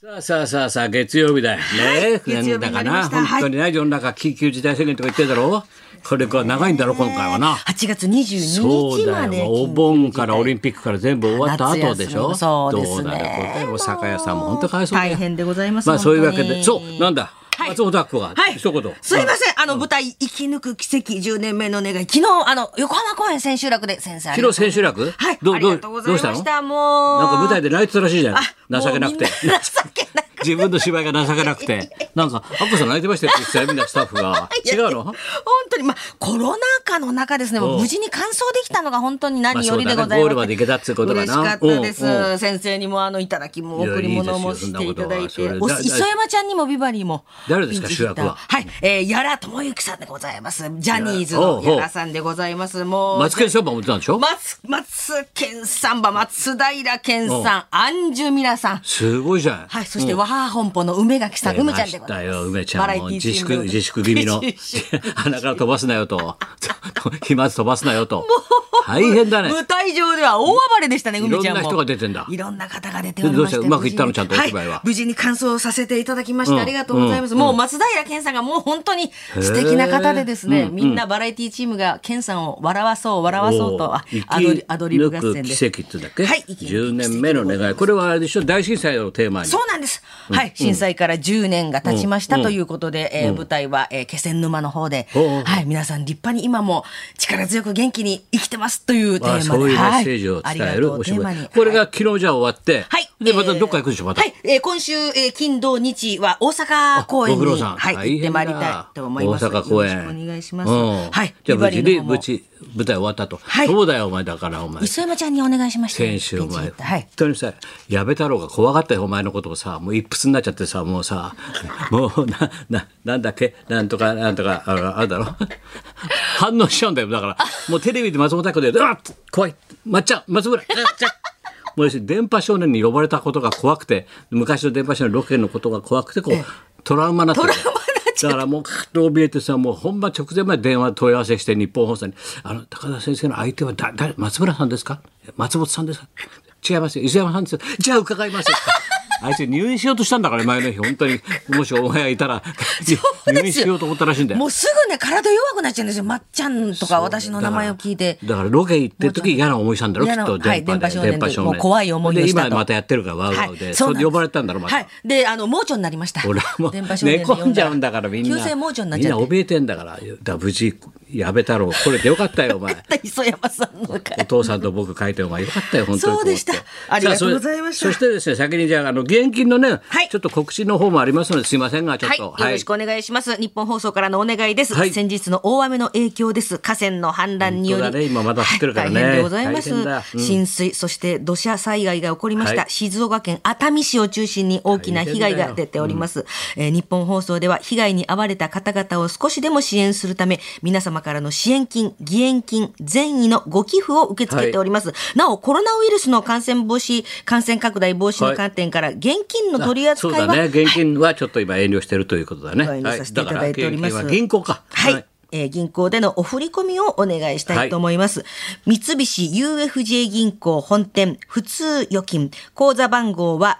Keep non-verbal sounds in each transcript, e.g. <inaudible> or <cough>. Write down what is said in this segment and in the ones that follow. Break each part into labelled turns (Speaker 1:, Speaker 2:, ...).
Speaker 1: さあさあさあさあ月曜日だよね、
Speaker 2: い月曜日
Speaker 1: だ
Speaker 2: に
Speaker 1: か
Speaker 2: なりま
Speaker 1: な
Speaker 2: した
Speaker 1: 本当にね世の中緊急事態宣言とか言ってるだろこれから長いんだろ今回はな
Speaker 2: 8月22
Speaker 1: そう
Speaker 2: 日
Speaker 1: だ
Speaker 2: ま
Speaker 1: よ
Speaker 2: で
Speaker 1: もうお盆からオリンピックから全部終わった後でしょ
Speaker 2: 夏休みそうです
Speaker 1: ど
Speaker 2: ね
Speaker 1: うだろうこれもう酒屋さんも本当かわいそうだよ
Speaker 2: 大変でございます
Speaker 1: まあそういうわけ
Speaker 2: 本当
Speaker 1: で
Speaker 2: に
Speaker 1: そうなんだ、
Speaker 2: はい
Speaker 1: 松本明子が
Speaker 2: はい、
Speaker 1: 一言
Speaker 2: すいません、あの舞台、生き抜く奇跡、10年目の願い、昨日、あの横浜公演千秋楽で、先生。
Speaker 1: 昨日千秋楽
Speaker 2: はい、
Speaker 1: どう
Speaker 2: ありがとうございま
Speaker 1: どう
Speaker 2: し
Speaker 1: した
Speaker 2: た。もう。
Speaker 1: なんか舞台で泣いてたらしいじゃ
Speaker 2: あ
Speaker 1: ん情けなくて
Speaker 2: もう <laughs> みんな情けなくて。
Speaker 1: 自分の芝居が情けなくてなんか「アッコさん泣いてましたよ」って言ってたよみんなスタッフ
Speaker 2: <laughs>
Speaker 1: が違うの
Speaker 2: 本当に、まあ、コロナ禍の中ですね、もう無事に完走できたのが本当に何よりで
Speaker 1: まあそ
Speaker 2: ございます。
Speaker 1: うだねゴールまで行けたっていうことだな
Speaker 2: 嬉しかったで
Speaker 1: うんう
Speaker 2: す。先生にも、あの、いただき
Speaker 1: い
Speaker 2: も、
Speaker 1: や
Speaker 2: 贈り物
Speaker 1: いい
Speaker 2: も
Speaker 1: ですよ
Speaker 2: していただいて、
Speaker 1: そんなこと
Speaker 2: お
Speaker 1: はそれ
Speaker 2: 磯山ちゃんにもビバリーも。
Speaker 1: 誰ですか
Speaker 2: ピンチヒッター
Speaker 1: 主役は
Speaker 2: はい、えー、やらともゆきさんでございます。ジャニーズの
Speaker 1: いや
Speaker 2: やらさんでございます。もう。
Speaker 1: マツケンサンバも売ってたんでしょ
Speaker 2: 松、松健さんば、松平健さん、アンジュミラさん。
Speaker 1: すごいじゃん。
Speaker 2: はい、そして、ワー本舗の梅垣さん、梅ちゃんでご
Speaker 1: 出ました
Speaker 2: ざいます。
Speaker 1: よ、梅ち
Speaker 2: バ
Speaker 1: ゃ
Speaker 2: ラ
Speaker 1: ん
Speaker 2: エテ
Speaker 1: も
Speaker 2: ィ
Speaker 1: う
Speaker 2: ー
Speaker 1: 自
Speaker 2: 新
Speaker 1: 粛
Speaker 2: 聞
Speaker 1: 自粛気味の
Speaker 2: <laughs>
Speaker 1: 鼻から飛ばすなよと <laughs> 飛沫飛ばすなよと大変だね。
Speaker 2: 舞台上では大暴れでしたね、梅ち
Speaker 1: いろん
Speaker 2: ゃんも。
Speaker 1: な人が出てんだ
Speaker 2: いろんな方が出ておりまして
Speaker 1: どうしたうまくいったの
Speaker 2: 無事に
Speaker 1: ちゃんとお芝居は
Speaker 2: 無事に感想させていただきまして、
Speaker 1: うん
Speaker 2: ありがとうございます。もう松平健さんがもう本当に素敵な方でですね、みんなバラエティチームが健さんを笑わそう、笑わそうと、
Speaker 1: おー
Speaker 2: あアドリアドリブ合
Speaker 1: 生
Speaker 2: 戦
Speaker 1: き抜く奇
Speaker 2: で。
Speaker 1: 跡ってだっけ、
Speaker 2: はい生き抜く奇跡
Speaker 1: 10年目の願いこれはあれでしょ大震災をテーマに
Speaker 2: そうなんです。はい。震災から10年が経ちましたということで、えー舞台は、えー気仙沼の方で、
Speaker 1: おうおう
Speaker 2: はい。皆さん立派に今も力強く元気に生きてますというテーマ
Speaker 1: あ
Speaker 2: で。
Speaker 1: そういうメ
Speaker 2: は
Speaker 1: ッセージを伝えるお芝居、
Speaker 2: ありがとうをテーマに
Speaker 1: これが昨日じゃ終わって、
Speaker 2: はい。
Speaker 1: でまたどっか行くでしょ
Speaker 2: えー
Speaker 1: また、
Speaker 2: はい。えー今週、えー金、土、日は大阪公演
Speaker 1: ご苦労
Speaker 2: に、
Speaker 1: さん
Speaker 2: は
Speaker 1: 大
Speaker 2: い、行っ
Speaker 1: 変
Speaker 2: て
Speaker 1: だ
Speaker 2: まいりたいと思います。
Speaker 1: 大阪公演
Speaker 2: よろしくお願いします。
Speaker 1: うん
Speaker 2: はい。
Speaker 1: じゃあ無事
Speaker 2: ビバ
Speaker 1: に
Speaker 2: リーの方も
Speaker 1: 無事舞台終わったと、
Speaker 2: はい
Speaker 1: そうだよお前だからお前
Speaker 2: 磯山ちゃんにお願いしました。
Speaker 1: 先週お
Speaker 2: ピンチ
Speaker 1: 前、
Speaker 2: ヒッターはい
Speaker 1: 本。当にさ矢部太郎が怖がったよお前のことをさもう一筆になっちゃってさもうさもうなななんだっけなんとかなんとかあのあれだろ反応しちゃうんだよだからもうテレビで松本明子で「うわっ怖いまっちゃん松村」 <laughs> まっちゃんもう要するに電波少年に呼ばれたことが怖くて昔の電波少年のロケのことが怖くてこうトラウマになってる
Speaker 2: トラウマになっちゃって
Speaker 1: だからもうカッと怯えてさもう本番直前まで電話問い合わせして日本放送に「あの高田先生の相手はだ誰松村さんですか松本さんですか違いますよ磯山さんですよじゃあ伺います」あいつ入院しようとしたんだから前の日本当にもしお前がいたら
Speaker 2: <laughs> そうですよ
Speaker 1: 入院しようと思ったらしいんだよ
Speaker 2: もうすぐね、体弱くなっちゃうんですよ。まっちゃんとか私の名前を聞いて。
Speaker 1: だからロケ行ってる時嫌な思いしたんだろき
Speaker 2: 嫌
Speaker 1: っ
Speaker 2: な
Speaker 1: と
Speaker 2: はい
Speaker 1: 電波で、
Speaker 2: 電波少年でもう怖い思いを
Speaker 1: で
Speaker 2: したと
Speaker 1: 今またやってるからワウワウで、
Speaker 2: はい
Speaker 1: そ
Speaker 2: そ
Speaker 1: れで
Speaker 2: うなんです
Speaker 1: 呼ばれたんだろまた、
Speaker 2: はい。で、あの、盲腸になりました。
Speaker 1: 俺はもう寝
Speaker 2: 電波少年で呼だら
Speaker 1: 込んじゃうんだからみんな
Speaker 2: 急性盲腸になっ
Speaker 1: みん
Speaker 2: ち
Speaker 1: な
Speaker 2: ゃって。
Speaker 1: 怯えてんだからだから無事矢部太郎これでよかったよお
Speaker 2: <laughs>
Speaker 1: 前
Speaker 2: <laughs> 磯山さんの
Speaker 1: お
Speaker 2: 会。
Speaker 1: 父さんと僕書いてお前よかったよ本当に
Speaker 2: そうでした
Speaker 1: と思って
Speaker 2: ありがとうございました
Speaker 1: さあそれそしてですね先にじゃああの現金のね、
Speaker 2: はい
Speaker 1: ちょっと告知の方もありますのですいませんがちょっ
Speaker 2: はい、
Speaker 1: と
Speaker 2: よろしくお願いします。日本放送からのお願いです。
Speaker 1: はい
Speaker 2: 先日の大雨の影響です。河川の氾濫によ
Speaker 1: 本当
Speaker 2: り、
Speaker 1: だね今まだ降ってるからね
Speaker 2: はい大変でございます
Speaker 1: 大変だ。うん
Speaker 2: 浸水そして土砂災害が起こりました。
Speaker 1: はい
Speaker 2: 静岡県熱海市を中心に大きな被害が出ております。えー日本放送では被害に遭われた方々を少しでも支援するため、皆様からの支援金、義援金、善意のご寄付を受け付けております。なおコロナウイルスの感染防止、感染拡大防止の観点から、現金の取り扱いは
Speaker 1: そうだね現金はちょっと今遠慮してるということだね、
Speaker 2: ご遠慮させていた
Speaker 1: だ
Speaker 2: だいております
Speaker 1: から現金は銀行か
Speaker 2: はい。えー銀行でのお振り込みをお願いしたいと思います。三菱 UFJ 銀行本店普通預金口座番号は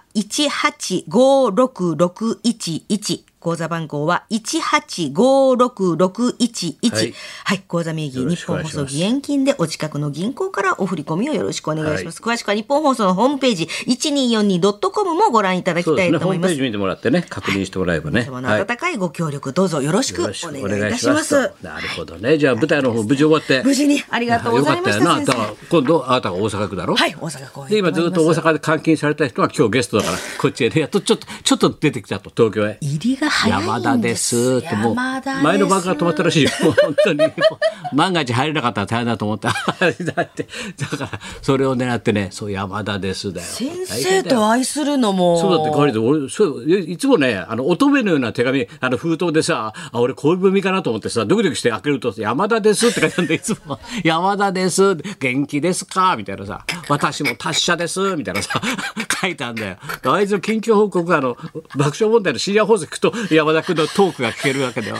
Speaker 2: 1856611口座番号は1856611
Speaker 1: はい
Speaker 2: はい、口座名義
Speaker 1: よろ
Speaker 2: 日
Speaker 1: しくお
Speaker 2: 本
Speaker 1: 願いし
Speaker 2: 放
Speaker 1: ます
Speaker 2: 送義援金でお近くの銀行からお振り込みをよろしくお願いします。詳しくは日本放送のホームページ 1242.com もご覧いただき
Speaker 1: そう
Speaker 2: た
Speaker 1: です
Speaker 2: い
Speaker 1: ね
Speaker 2: と
Speaker 1: ホー
Speaker 2: 思い
Speaker 1: ム
Speaker 2: ま
Speaker 1: ペー
Speaker 2: す。
Speaker 1: ジ見てもらってね確認してもらえばね、
Speaker 2: 皆様の温かいご協力どうぞよろしく
Speaker 1: よ
Speaker 2: お
Speaker 1: ろしくお
Speaker 2: 願いい
Speaker 1: 願い
Speaker 2: た
Speaker 1: し
Speaker 2: し
Speaker 1: ま
Speaker 2: ますす
Speaker 1: と。なるほどねじゃあ舞台の方無事終わって
Speaker 2: 無事にありがとうございました
Speaker 1: よかったよな
Speaker 2: 先
Speaker 1: 今度あなたが大阪行くだろ
Speaker 2: はい、大阪公演。
Speaker 1: で今ずっと大阪で監禁された人が今日ゲストだからこっちへねやっとちょっとちょっと出てきたと東京へ
Speaker 2: 入りが早いんです。
Speaker 1: 山田ですってもう
Speaker 2: 山田です
Speaker 1: 前の晩から止まったらしいよもう本当にもう万が一入れなかったら大変だと思った <laughs> だってだからそれを狙ってねそう山田ですだよ
Speaker 2: 先
Speaker 1: 大変
Speaker 2: 生
Speaker 1: だよ
Speaker 2: と愛するのも。
Speaker 1: そうだって彼で俺そういいつもねあの乙女のような手紙あの封筒でさあ俺恋文かなと思ってさドキドキして開けると「山田
Speaker 2: <laughs>
Speaker 1: です」って書いてあるんでいつも「山田です」「元気ですか?」みたいなさ「私も達者です」みたいなさ <laughs> 書いてあるんだよあいつの近況報告あの爆笑問題の深夜放送聞くと山田君のトークが聞けるわけだよ。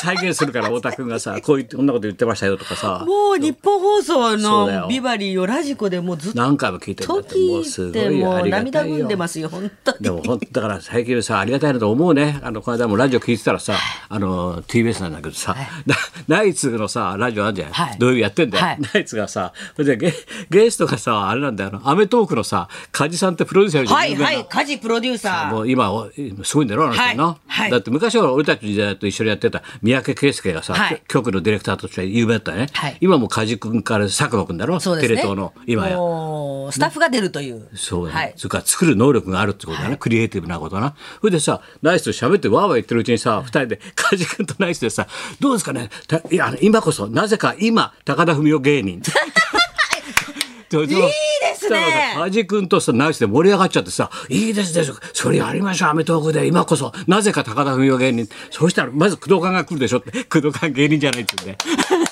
Speaker 1: 再現するから太田君がさこういうこんなこと言ってましたよとかさ
Speaker 2: もう日本放送
Speaker 1: そうだよ
Speaker 2: のビバリーをラジコでもうずっと
Speaker 1: 何回も聞いてるんだってもうす
Speaker 2: 聞い
Speaker 1: ご
Speaker 2: て
Speaker 1: い
Speaker 2: も
Speaker 1: あ
Speaker 2: う
Speaker 1: りが
Speaker 2: 涙
Speaker 1: たい
Speaker 2: ぐん
Speaker 1: よ
Speaker 2: で。ますよ本当
Speaker 1: でも
Speaker 2: に。
Speaker 1: 本当だから最近さありがたいなと思うねあのこの間もラジオ聞いてたらさあの TBS なんだけどさ、なナイツのさラジオあるじゃん、
Speaker 2: はい
Speaker 1: 土曜日やってんだよ、
Speaker 2: はい
Speaker 1: ナイツがさそれでゲゲストがさあれなんだよあのアメトークのさ梶さんってプロデューサーより
Speaker 2: はい
Speaker 1: 有名な
Speaker 2: はい家事プロデューサ
Speaker 1: も
Speaker 2: ー。
Speaker 1: う今おすごいんだろあの人な、
Speaker 2: はいはい
Speaker 1: だって昔は俺たちの時代と一緒にやってた三宅圭介がさ、
Speaker 2: はい
Speaker 1: 局のディレクターとして有名だったね、
Speaker 2: はい
Speaker 1: 今も梶君から佐久間君だろ、
Speaker 2: そうです
Speaker 1: テ
Speaker 2: ね。
Speaker 1: レ東の今や
Speaker 2: もうスタッフが出るという。
Speaker 1: そうだね、
Speaker 2: はい。
Speaker 1: それから作る能力があるってことだね、クリエイティブなことだなそれでさナイスと喋ってわーわー言ってるうちにさ二人で梶君とナイスでさどうですかねたいやあの今こそなぜか今高田文夫芸
Speaker 2: <laughs>
Speaker 1: 人 <laughs> いい
Speaker 2: いいですね
Speaker 1: 梶君とさナイスで盛り上がっちゃってさ「いいですでしょそれやりましょうアメトーークで今こそなぜか高田文夫芸人」そうしたらまず工藤官が来るでしょって工藤官芸人じゃないって言うんで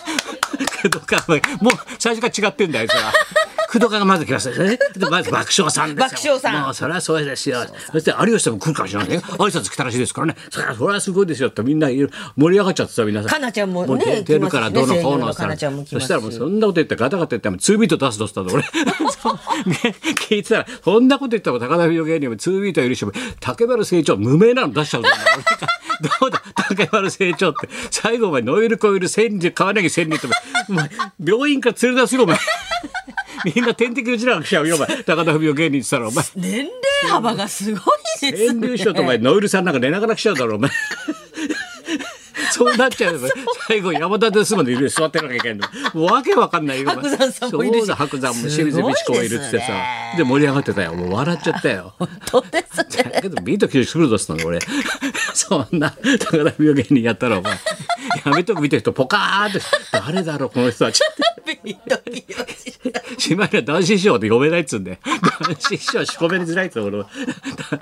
Speaker 1: 工藤官はもう最初から違ってんだよあいつら工藤官がまず来ましたねでまず爆笑さんですよ
Speaker 2: 爆笑さん
Speaker 1: もうそれはそうですよそして有吉さんも来るかもしれないね挨拶来たらしいですからねそれはそれはすごいですよってみんな盛り上がっちゃってさ皆さん
Speaker 2: かなちゃんもね
Speaker 1: う出てるからどうのこうの
Speaker 2: 来ますしね声優のかなちゃんも来
Speaker 1: そ
Speaker 2: ますし
Speaker 1: したらもうそんなこと言ってガタガタ言っても2ビート出すとしたの俺 <laughs> そうね聞いてたらそんなこと言ったら高田美容芸人も2ビートよりしも竹丸成長無名なの出しちゃうぞお前どうだ <laughs> 竹丸成長って最後お前ノイルコイル千里川柳千里ってお前病院から連れ出すよお前 <laughs> みんな点滴打ちながら来ちゃうよお前高田美容芸人って言ったらお前
Speaker 2: 年齢幅がすごいです
Speaker 1: 遠
Speaker 2: ね。
Speaker 1: 慮しようとお前ノイルさんなんか寝ながら来ちゃうだろお前 <laughs> そうなっちゃうよ最後山田ですまでいるよ座ってなきゃいけないのわけわかんないよお前
Speaker 2: 白山さんもいるし
Speaker 1: そうだ白山も清水美智子もいるっつって
Speaker 2: す
Speaker 1: さ
Speaker 2: ごいですね
Speaker 1: で盛り上がってたよもう笑っちゃったよ
Speaker 2: <laughs> 本当です
Speaker 1: <laughs>
Speaker 2: ね。
Speaker 1: だけどビート90作るとしたの俺 <laughs> そんな高田病芸人やったらお前やめとく見てる人ポカーンって誰だろうこの人はちょっと
Speaker 2: ビートきよし
Speaker 1: しまいには男子師匠って呼べないっつうんで男子師匠は仕込めづらいっつうんだ俺は <laughs>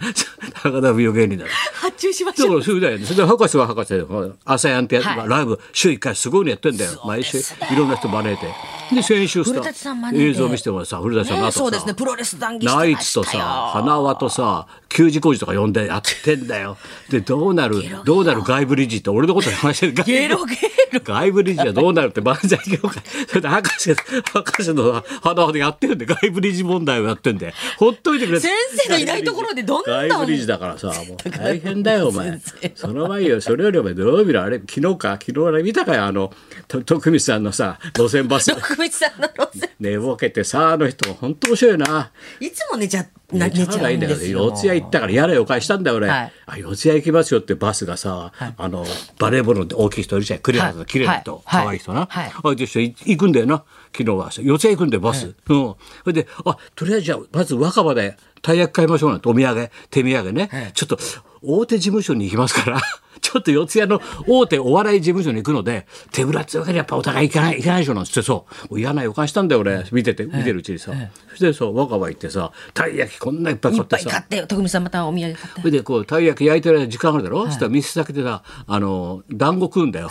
Speaker 1: 高田病芸人だろ
Speaker 2: 発注しまし
Speaker 1: だ
Speaker 2: ょう。
Speaker 1: からそうだよね。それで博士は博士で、朝やんってやつ、
Speaker 2: はい
Speaker 1: ライブ週一回すごいのやってんだよ。
Speaker 2: そう
Speaker 1: 毎
Speaker 2: です
Speaker 1: 週
Speaker 2: ね
Speaker 1: いろんな人招いて。で先週
Speaker 2: 古舘さ
Speaker 1: さ
Speaker 2: ん招いて
Speaker 1: 映像見せてもらさ古舘さんの
Speaker 2: ね
Speaker 1: 後さ、
Speaker 2: そうですねプロレス談義し
Speaker 1: ナ
Speaker 2: て
Speaker 1: イ
Speaker 2: まし
Speaker 1: ツ
Speaker 2: た
Speaker 1: と
Speaker 2: よ。
Speaker 1: さ花輪とさ給仕工事とか呼んでやってんだよ。でどうなるどうなる外部理事って俺のことで話してるから。
Speaker 2: ゲロゲロ。
Speaker 1: 外部理事はどうなるって万歳業界。それで博士、博士の花輪でやってるんで、外部理事問題をやってんで。ほっといてくれ
Speaker 2: 先生のいないところでどんな
Speaker 1: 外部理事だからさ、もう大変だよ、お前。その前よ、それよりお前、土曜日のあれ、昨日か、昨日あれ見たかよ、あの、と徳光さんのさ、路線バス。
Speaker 2: 徳光さんの路線。
Speaker 1: 寝ぼけてさ、あの人、本当面白いな。
Speaker 2: いつも寝ちゃな寝
Speaker 1: 寝
Speaker 2: ち
Speaker 1: ちゃう
Speaker 2: ゃ
Speaker 1: がい
Speaker 2: うん
Speaker 1: いんだけ
Speaker 2: で
Speaker 1: ど
Speaker 2: す
Speaker 1: 四
Speaker 2: よ。
Speaker 1: ツ谷行ったから嫌な予感したんだよ俺、
Speaker 2: はい
Speaker 1: あ四ツ谷行きますよってバスがさ、あのバレーボールの大きい人いるじゃんクリア
Speaker 2: は
Speaker 1: ない綺麗な人、
Speaker 2: はい
Speaker 1: 可愛い人な、
Speaker 2: はい
Speaker 1: あいつ一緒に行くんだよな昨日は四ツ谷行くんだよバス、うんそれであとりあえずじゃあまず若葉で大役買いましょうなんてお土産手土産ね、
Speaker 2: はい
Speaker 1: ちょっと大手事務所に行きますから <laughs> ちょっと四谷の大手お笑い事務所に行くので手ぶらってわけにやっぱお互い行かない行かないでしょなんつってそうもう嫌な予感したんだよ俺見てて見てるうちにさ、そしてそう若葉行ってさたい焼きこんないっぱい
Speaker 2: い
Speaker 1: 買
Speaker 2: っ
Speaker 1: って
Speaker 2: ぱい
Speaker 1: さ
Speaker 2: 買ってよ徳光さんまたお土産買って
Speaker 1: そ。れでこうたい焼き焼いてる間時間あるだろ、そしたら店先でさあの団子食うんだ
Speaker 2: <laughs>
Speaker 1: よ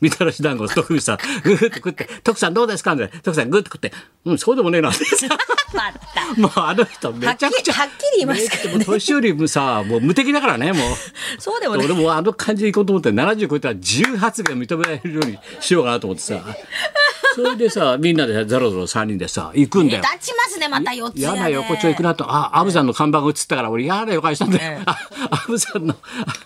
Speaker 1: みたらし団子徳光さんグーッと食って「徳さんどうですか?」みたいな徳さんグーッと食って「うんそうでもねえな」って <laughs> さ
Speaker 2: また。
Speaker 1: もうあの人めちゃくちゃ
Speaker 2: はっきりはっきり言いますから
Speaker 1: め
Speaker 2: ね
Speaker 1: っちゃもう年寄りもさもう無敵だからねもう
Speaker 2: <laughs> そうでもね
Speaker 1: 俺もあの感じでいこうと思って70超えたら自由発言認められるようにしようかなと思ってさそれでさみんなでザロザロ3人でさ行くんだよ
Speaker 2: 立ちますねまた四つ
Speaker 1: 嫌
Speaker 2: 谷
Speaker 1: な
Speaker 2: で。
Speaker 1: 横丁行くなと、あ、アブさんの看板が映ったから、俺嫌な予感したんだよ
Speaker 2: ええ。
Speaker 1: あアブさんの、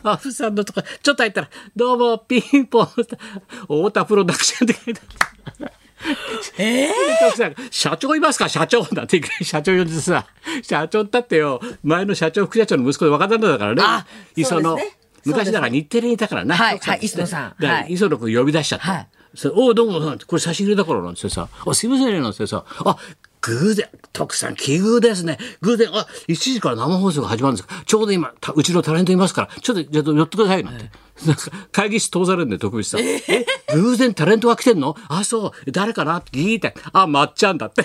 Speaker 1: あアブさんのとか、ちょっと入ったら、どうも、ピンポン、太田プロダクションって書いてある。社長いますか社長なんて言う社長呼んでさ、社長だってよ、前の社長、副社長の息子で若旦那だからね
Speaker 2: あ。
Speaker 1: 磯
Speaker 2: そう
Speaker 1: 野
Speaker 2: ですね
Speaker 1: 昔だから日テレにいたからな。
Speaker 2: はい
Speaker 1: 奥んですね
Speaker 2: はい磯野さん
Speaker 1: だから
Speaker 2: はい
Speaker 1: 磯野君呼び出しちゃっ
Speaker 2: は
Speaker 1: た
Speaker 2: い。
Speaker 1: それおうどうもなんてこれ差し入れだからなんつってさ「あすいませんね」なんつってさ「あ偶然徳さん奇遇ですね偶然あ1時から生放送が始まるんですかちょうど今たうちのタレントいますからちょっとじゃあ寄ってください」なんて、なんか会議室通されるんで徳光さん「え偶然タレントが来てんのあそう誰かな?」って聞いて「あまっちゃんだ」って。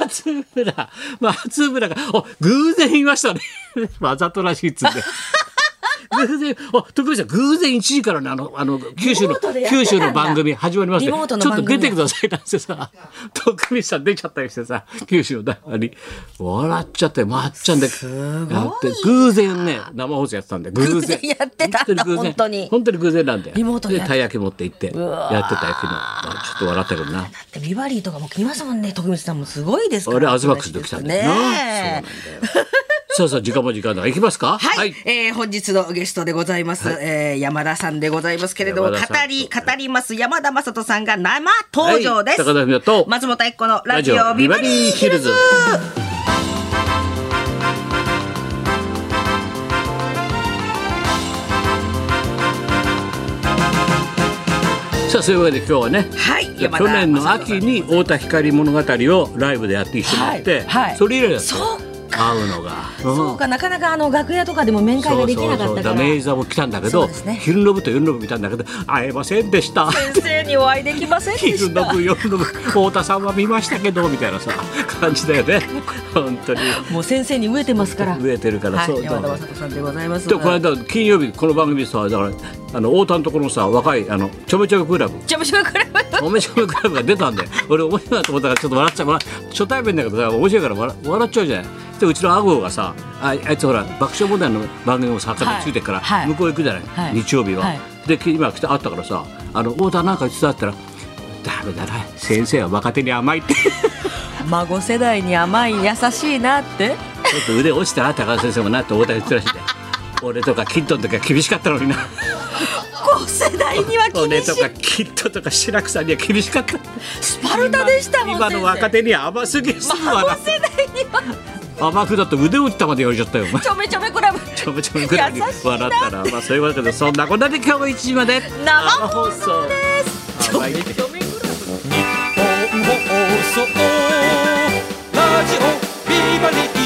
Speaker 1: 松村 <laughs> 松村が「あ偶然いましたねわざとらしい」っつって。偶然、あ、徳光さん、偶然1時からのあの、あの、九州の
Speaker 2: リモートで、やってたん
Speaker 1: 九州
Speaker 2: だ
Speaker 1: の番組始まりまして、
Speaker 2: リモートの
Speaker 1: ちょっ
Speaker 2: 番
Speaker 1: と
Speaker 2: 組
Speaker 1: 出てくださいなんてさ、徳光さん出ちゃったりしてさ、九州の中に、笑っちゃって、まっちゃんで、やって、偶然ね、生放送やってたんで、偶
Speaker 2: 偶
Speaker 1: 然
Speaker 2: 然。やってたんだ
Speaker 1: 偶然
Speaker 2: 本当に
Speaker 1: 本当に偶然なんだよ。
Speaker 2: リモートで
Speaker 1: で、たい焼き持って行って、やってたよ、昨日。まあちょっと笑ったけどな。
Speaker 2: でビバリーとかも来ますもんね。徳光さんもすごいですから。
Speaker 1: 俺アズマックスで来たんだよな
Speaker 2: ねえ
Speaker 1: さあさあ、時間も時間だから。行きますか
Speaker 2: はい、えー本日のゲストでございます、えー山田さんでございますけれども語
Speaker 1: 山田さん
Speaker 2: り語ります山田雅人さんが生登場です、
Speaker 1: はい高田文夫と
Speaker 2: 松本一子のラ
Speaker 1: ラ
Speaker 2: ジ
Speaker 1: ジ
Speaker 2: オ
Speaker 1: オ
Speaker 2: ビ
Speaker 1: ビ
Speaker 2: バ
Speaker 1: バ
Speaker 2: リ
Speaker 1: リ
Speaker 2: ー
Speaker 1: ー
Speaker 2: ヒ
Speaker 1: ヒ
Speaker 2: ル
Speaker 1: ル
Speaker 2: ズ
Speaker 1: ズさあ、そういうわけで今日はね、
Speaker 2: はい
Speaker 1: 去
Speaker 2: 山田
Speaker 1: 年の秋に太田光物語をライブでやって一緒にやって、
Speaker 2: はいはい
Speaker 1: それ以来だった
Speaker 2: そうか
Speaker 1: 会うのが。うん
Speaker 2: そうかなかなかあの楽屋とかでも面会ができなかったか
Speaker 1: ダ
Speaker 2: ら
Speaker 1: メージ座も来たんだけ
Speaker 2: そ
Speaker 1: ど、
Speaker 2: うですね
Speaker 1: 昼の部と夜の部見たんだけど会えませんでした。
Speaker 2: 先生にお会いできませんで
Speaker 1: 昼
Speaker 2: し
Speaker 1: の
Speaker 2: た
Speaker 1: 部夜の部太田さんは見ましたけどみたいなさ感じだよね。本当に
Speaker 2: もう先生に飢えてますから
Speaker 1: 植えてるから、
Speaker 2: はい
Speaker 1: そうだ
Speaker 2: 山田雅人さんでございます
Speaker 1: でもこの間金曜日この番組でさだからあの太田のところのさ若いあのちょめちょめクラブ
Speaker 2: じゃあもしこれは
Speaker 1: おめちょめクラブが出たんで俺面白いなと思ったからちょっと笑っちゃう笑っ初対面だけどさ面白いから笑笑っちゃうじゃないでうちのアゴがさああいつほら爆笑問題の番組も作家でついてるから、
Speaker 2: はいはい
Speaker 1: 向こう行くじゃない、
Speaker 2: はい
Speaker 1: 日曜日は、
Speaker 2: はい
Speaker 1: で今来て会ったからさあの太田なんか言ってたって言ったらダメだな先生は若手に甘いってちょ
Speaker 2: 孫世代に甘い優しいなって
Speaker 1: っと腕落ちたな高田先生もなって太田言ってたらしいで俺とかキッドの時は厳しかったのにな
Speaker 2: 高世代には
Speaker 1: 俺
Speaker 2: 厳し
Speaker 1: と
Speaker 2: い
Speaker 1: かキッドとか白くさんには厳しかった
Speaker 2: スパルタでしたもん
Speaker 1: 今
Speaker 2: 先
Speaker 1: の
Speaker 2: 生
Speaker 1: 若手には甘すぎすぐ
Speaker 2: 孫
Speaker 1: 笑う
Speaker 2: 世代には
Speaker 1: 甘くだって腕打ったまで言われちゃったよお前
Speaker 2: ちょめちょめクラブ
Speaker 1: ちょめちょめくらいに
Speaker 2: 優
Speaker 1: 笑
Speaker 2: しいな
Speaker 1: ったらまあそういうわけでそんなこんなで今日も1時まで
Speaker 2: 生放
Speaker 1: 送です
Speaker 2: ちょめちょめクラブ
Speaker 3: 日本放送ラジオビバリー